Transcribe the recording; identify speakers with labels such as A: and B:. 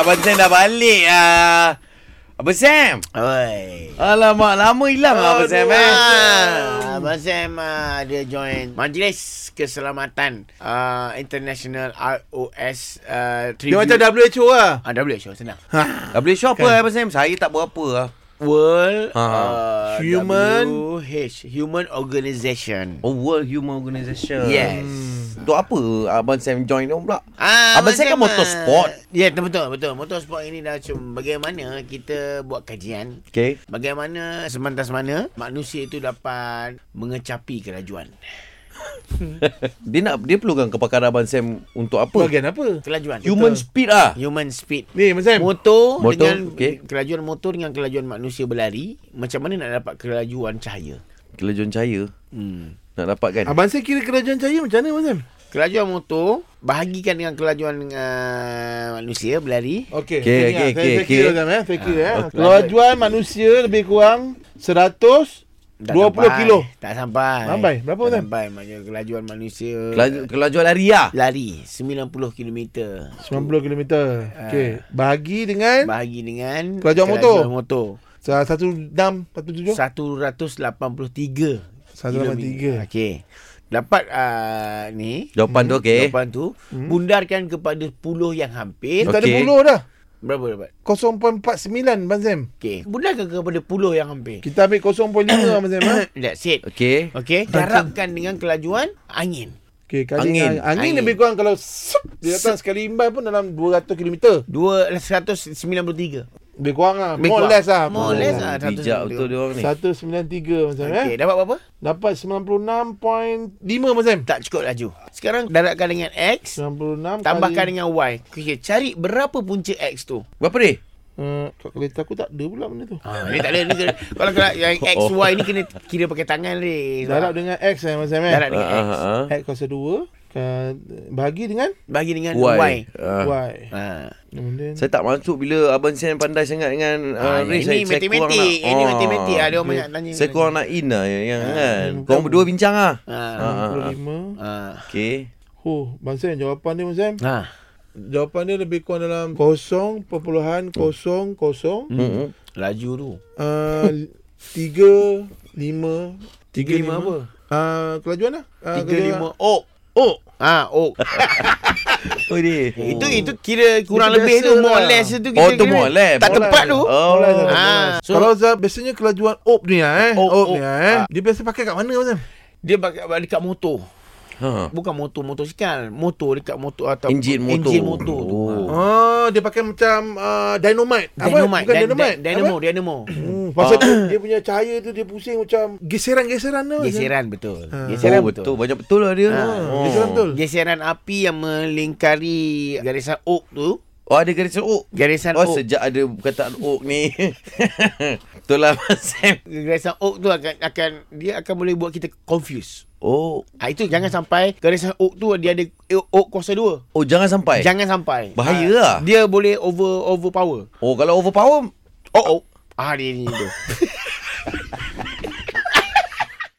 A: Abang Sam dah balik ah. Abang Sam.
B: Oi.
A: Alamak, lama hilang oh, Abang Sam eh.
B: Ah, Abang Sam ah, dia join Majlis Keselamatan ah, International ROS uh,
C: Dia macam WHO lah.
B: ah, WHO senang.
A: Ha. WHO apa kan. Abang Sam? Saya tak berapa lah.
B: World
A: Ha.
B: ah,
C: Human-
B: WH Human Organization.
A: Oh, World Human Hmm. Organisation.
B: Yes.
A: Untuk apa Abang Sam join dia pula?
B: Ah,
A: Abang Sam kan motorsport.
B: Ya, yeah, betul, betul. Motorsport ini dah cuma bagaimana kita buat kajian.
A: Okay.
B: Bagaimana semanta-semana manusia itu dapat mengecapi kelajuan.
A: Dia nak dia perlukan kepakaran Abang Sam untuk apa?
C: Bagian apa?
B: Kelajuan.
A: Human
C: Betul.
A: speed ah.
B: Human speed.
C: Ni, Abang
A: Kan?
B: Motor,
C: Sam.
A: Motor,
B: motor dengan
A: okey.
B: okay. kelajuan motor dengan kelajuan manusia berlari, macam mana nak dapat kelajuan cahaya?
A: Kelajuan cahaya
B: Hmm.
A: nak dapatkan.
C: Abang Sam kira kerajaan cahaya macam mana, Abang Sam?
B: Kelajuan motor bahagikan dengan kelajuan uh, manusia berlari.
A: Okey,
C: Okey, saya ingat.
A: okey, okey,
C: Saya- saya
A: okey.
C: kira, Sam, eh. Saya kira, eh.
B: okey.
C: Kelajuan manusia lebih kurang 100
B: Tak
C: 20
B: sampai.
C: kilo.
B: Tak sampai.
C: Sampai? Berapa,
B: tak
C: Sam?
B: sampai. Maksudnya kelajuan manusia
A: Kelaju, kelajuan lari ah.
B: lari 90 kilometer.
C: 90 km. Okey. Bahagi dengan
B: Bahagi dengan
C: Eh? Kelajuan motor.
B: motor.
C: 16 17.
B: 183.
C: 183.
B: Okey. Dapat uh, ni
A: Jawapan tu okey.
B: Jawapan tu hmm. Bundarkan kepada 10 yang hampir
C: Tak ada
A: Okey.
C: puluh dah.
B: Berapa dapat?
C: 0.49 Abang Sam.
B: Okey Bundarkan kepada 10 yang hampir
C: Kita ambil 0.5 Abang Sam. eh.
B: That's it
A: Okey.
B: Okey Darabkan dengan kelajuan angin
C: Okey, kali
A: Angin.
C: angin. Angin, angin
B: Angin.
C: lebih kurang kalau sup, dia datang sekali imbas pun dalam 200 km.
B: Dua- 193
C: Lebih kurang lah.
B: Lebih
C: More or
B: kurang.
C: less lah.
B: More or less lah. satu
A: Bijak
B: sebelum
A: betul
B: tu.
A: dia orang ni.
C: 193 Abang Sam eh.
B: Okey dapat berapa?
C: Dapat 96.5 Abang Sam.
B: Tak cukup laju Sekarang daratkan dengan X
C: 96
B: Tambahkan
C: kali,
B: dengan Y Okey cari berapa punca X tu
A: Berapa ni?
C: uh, Kalkulator aku tak ada pula benda tu.
B: Ha, ni tak ada ni kena, kalau kalau yang X
A: Oh.
B: Y ni kena kira pakai tangan ni.
C: Darab dengan X eh Abang Sam eh.
B: Darab dengan
A: Ah,
B: X.
A: ah, ah.
C: X kuasa 2. Bahagi dengan
B: Bagi dengan Y.
A: Why? Ah.
C: Y.
B: Ha.
C: And then,
A: Saya tak masuk bila Abang Sam pandai sangat dengan uh,
B: Ah,
A: race.
B: ini
A: saya, saya kurang
B: matematik.
A: nak-
B: Ini
A: Ah.
B: matematik. Ada orang Ah, banyak tanya.
A: Saya kurang nak in lah yang, yang kan. Korang berdua bincang lah.
B: Ha.
A: Ah, ah, ah.
C: 65.
B: Ha.
A: Okey.
C: Oh, Abang Sam jawapan dia Abang Sam.
B: Ha.
C: Jawapan dia lebih kurang dalam 0.00
A: Hmm.
B: Laju tu.
C: Ah, tiga lima
A: Tiga lima apa?
C: Uh, kelajuan lah Ah,
B: Tiga
C: kelajuan.
B: lima Oh, ok. Ok. Ha, ok.
A: Oh dia.
B: itu itu kira kurang
C: Itu
B: lebih
C: biasa
B: tu more or
C: lah.
B: less tu
A: Oh tu more lab.
B: Tak tepat tu.
A: Oh.
B: Ah,
C: Boleh lah, boleh lah.
B: so-
C: Kalau Zah, biasanya kelajuan op ni lah eh.
B: Op,
C: Op,
B: op.
C: ni lah eh.
B: Ah.
C: Dia biasa pakai kat mana macam?
B: Dia pakai dekat motor.
A: Ha.
B: Bukan motor motosikal, motor dekat motor atau
A: Enjin motor.
B: Enjin motor tu.
A: Oh.
B: Ha.
C: Oh, dia pakai macam uh, dynamite.
B: Dynamite, Ah.
C: Bukan
B: dan-
C: dynamite.
B: dan- dynamo, dynamo.
C: Apa? Hmm, pasal dia, dia punya cahaya tu dia pusing macam geseran-geseran tu.
B: Geseran betul.
C: Ah.
B: Geseran
A: oh, betul.
B: betul.
A: Banyak betul lah dia.
B: Eh, Ah,
A: Oh.
C: Geseran betul.
B: Geseran api yang melingkari garisan oak tu
A: Oh ada garisan oak.
B: Garisan
A: Oh
B: oak
A: sejak ada perkataan oak ni. Betul lah Abang Sam.
B: Garisan oak tu akan, akan Dia akan boleh buat kita confuse
A: Oh.
B: ha, Itu jangan sampai Garisan oak tu dia ada oak kuasa dua
A: Oh jangan sampai.
B: Jangan sampai
A: Bahaya
B: Ah,
A: lah.
B: Dia boleh over overpower
A: Oh kalau overpower
B: Oh oh Ah dia ni tu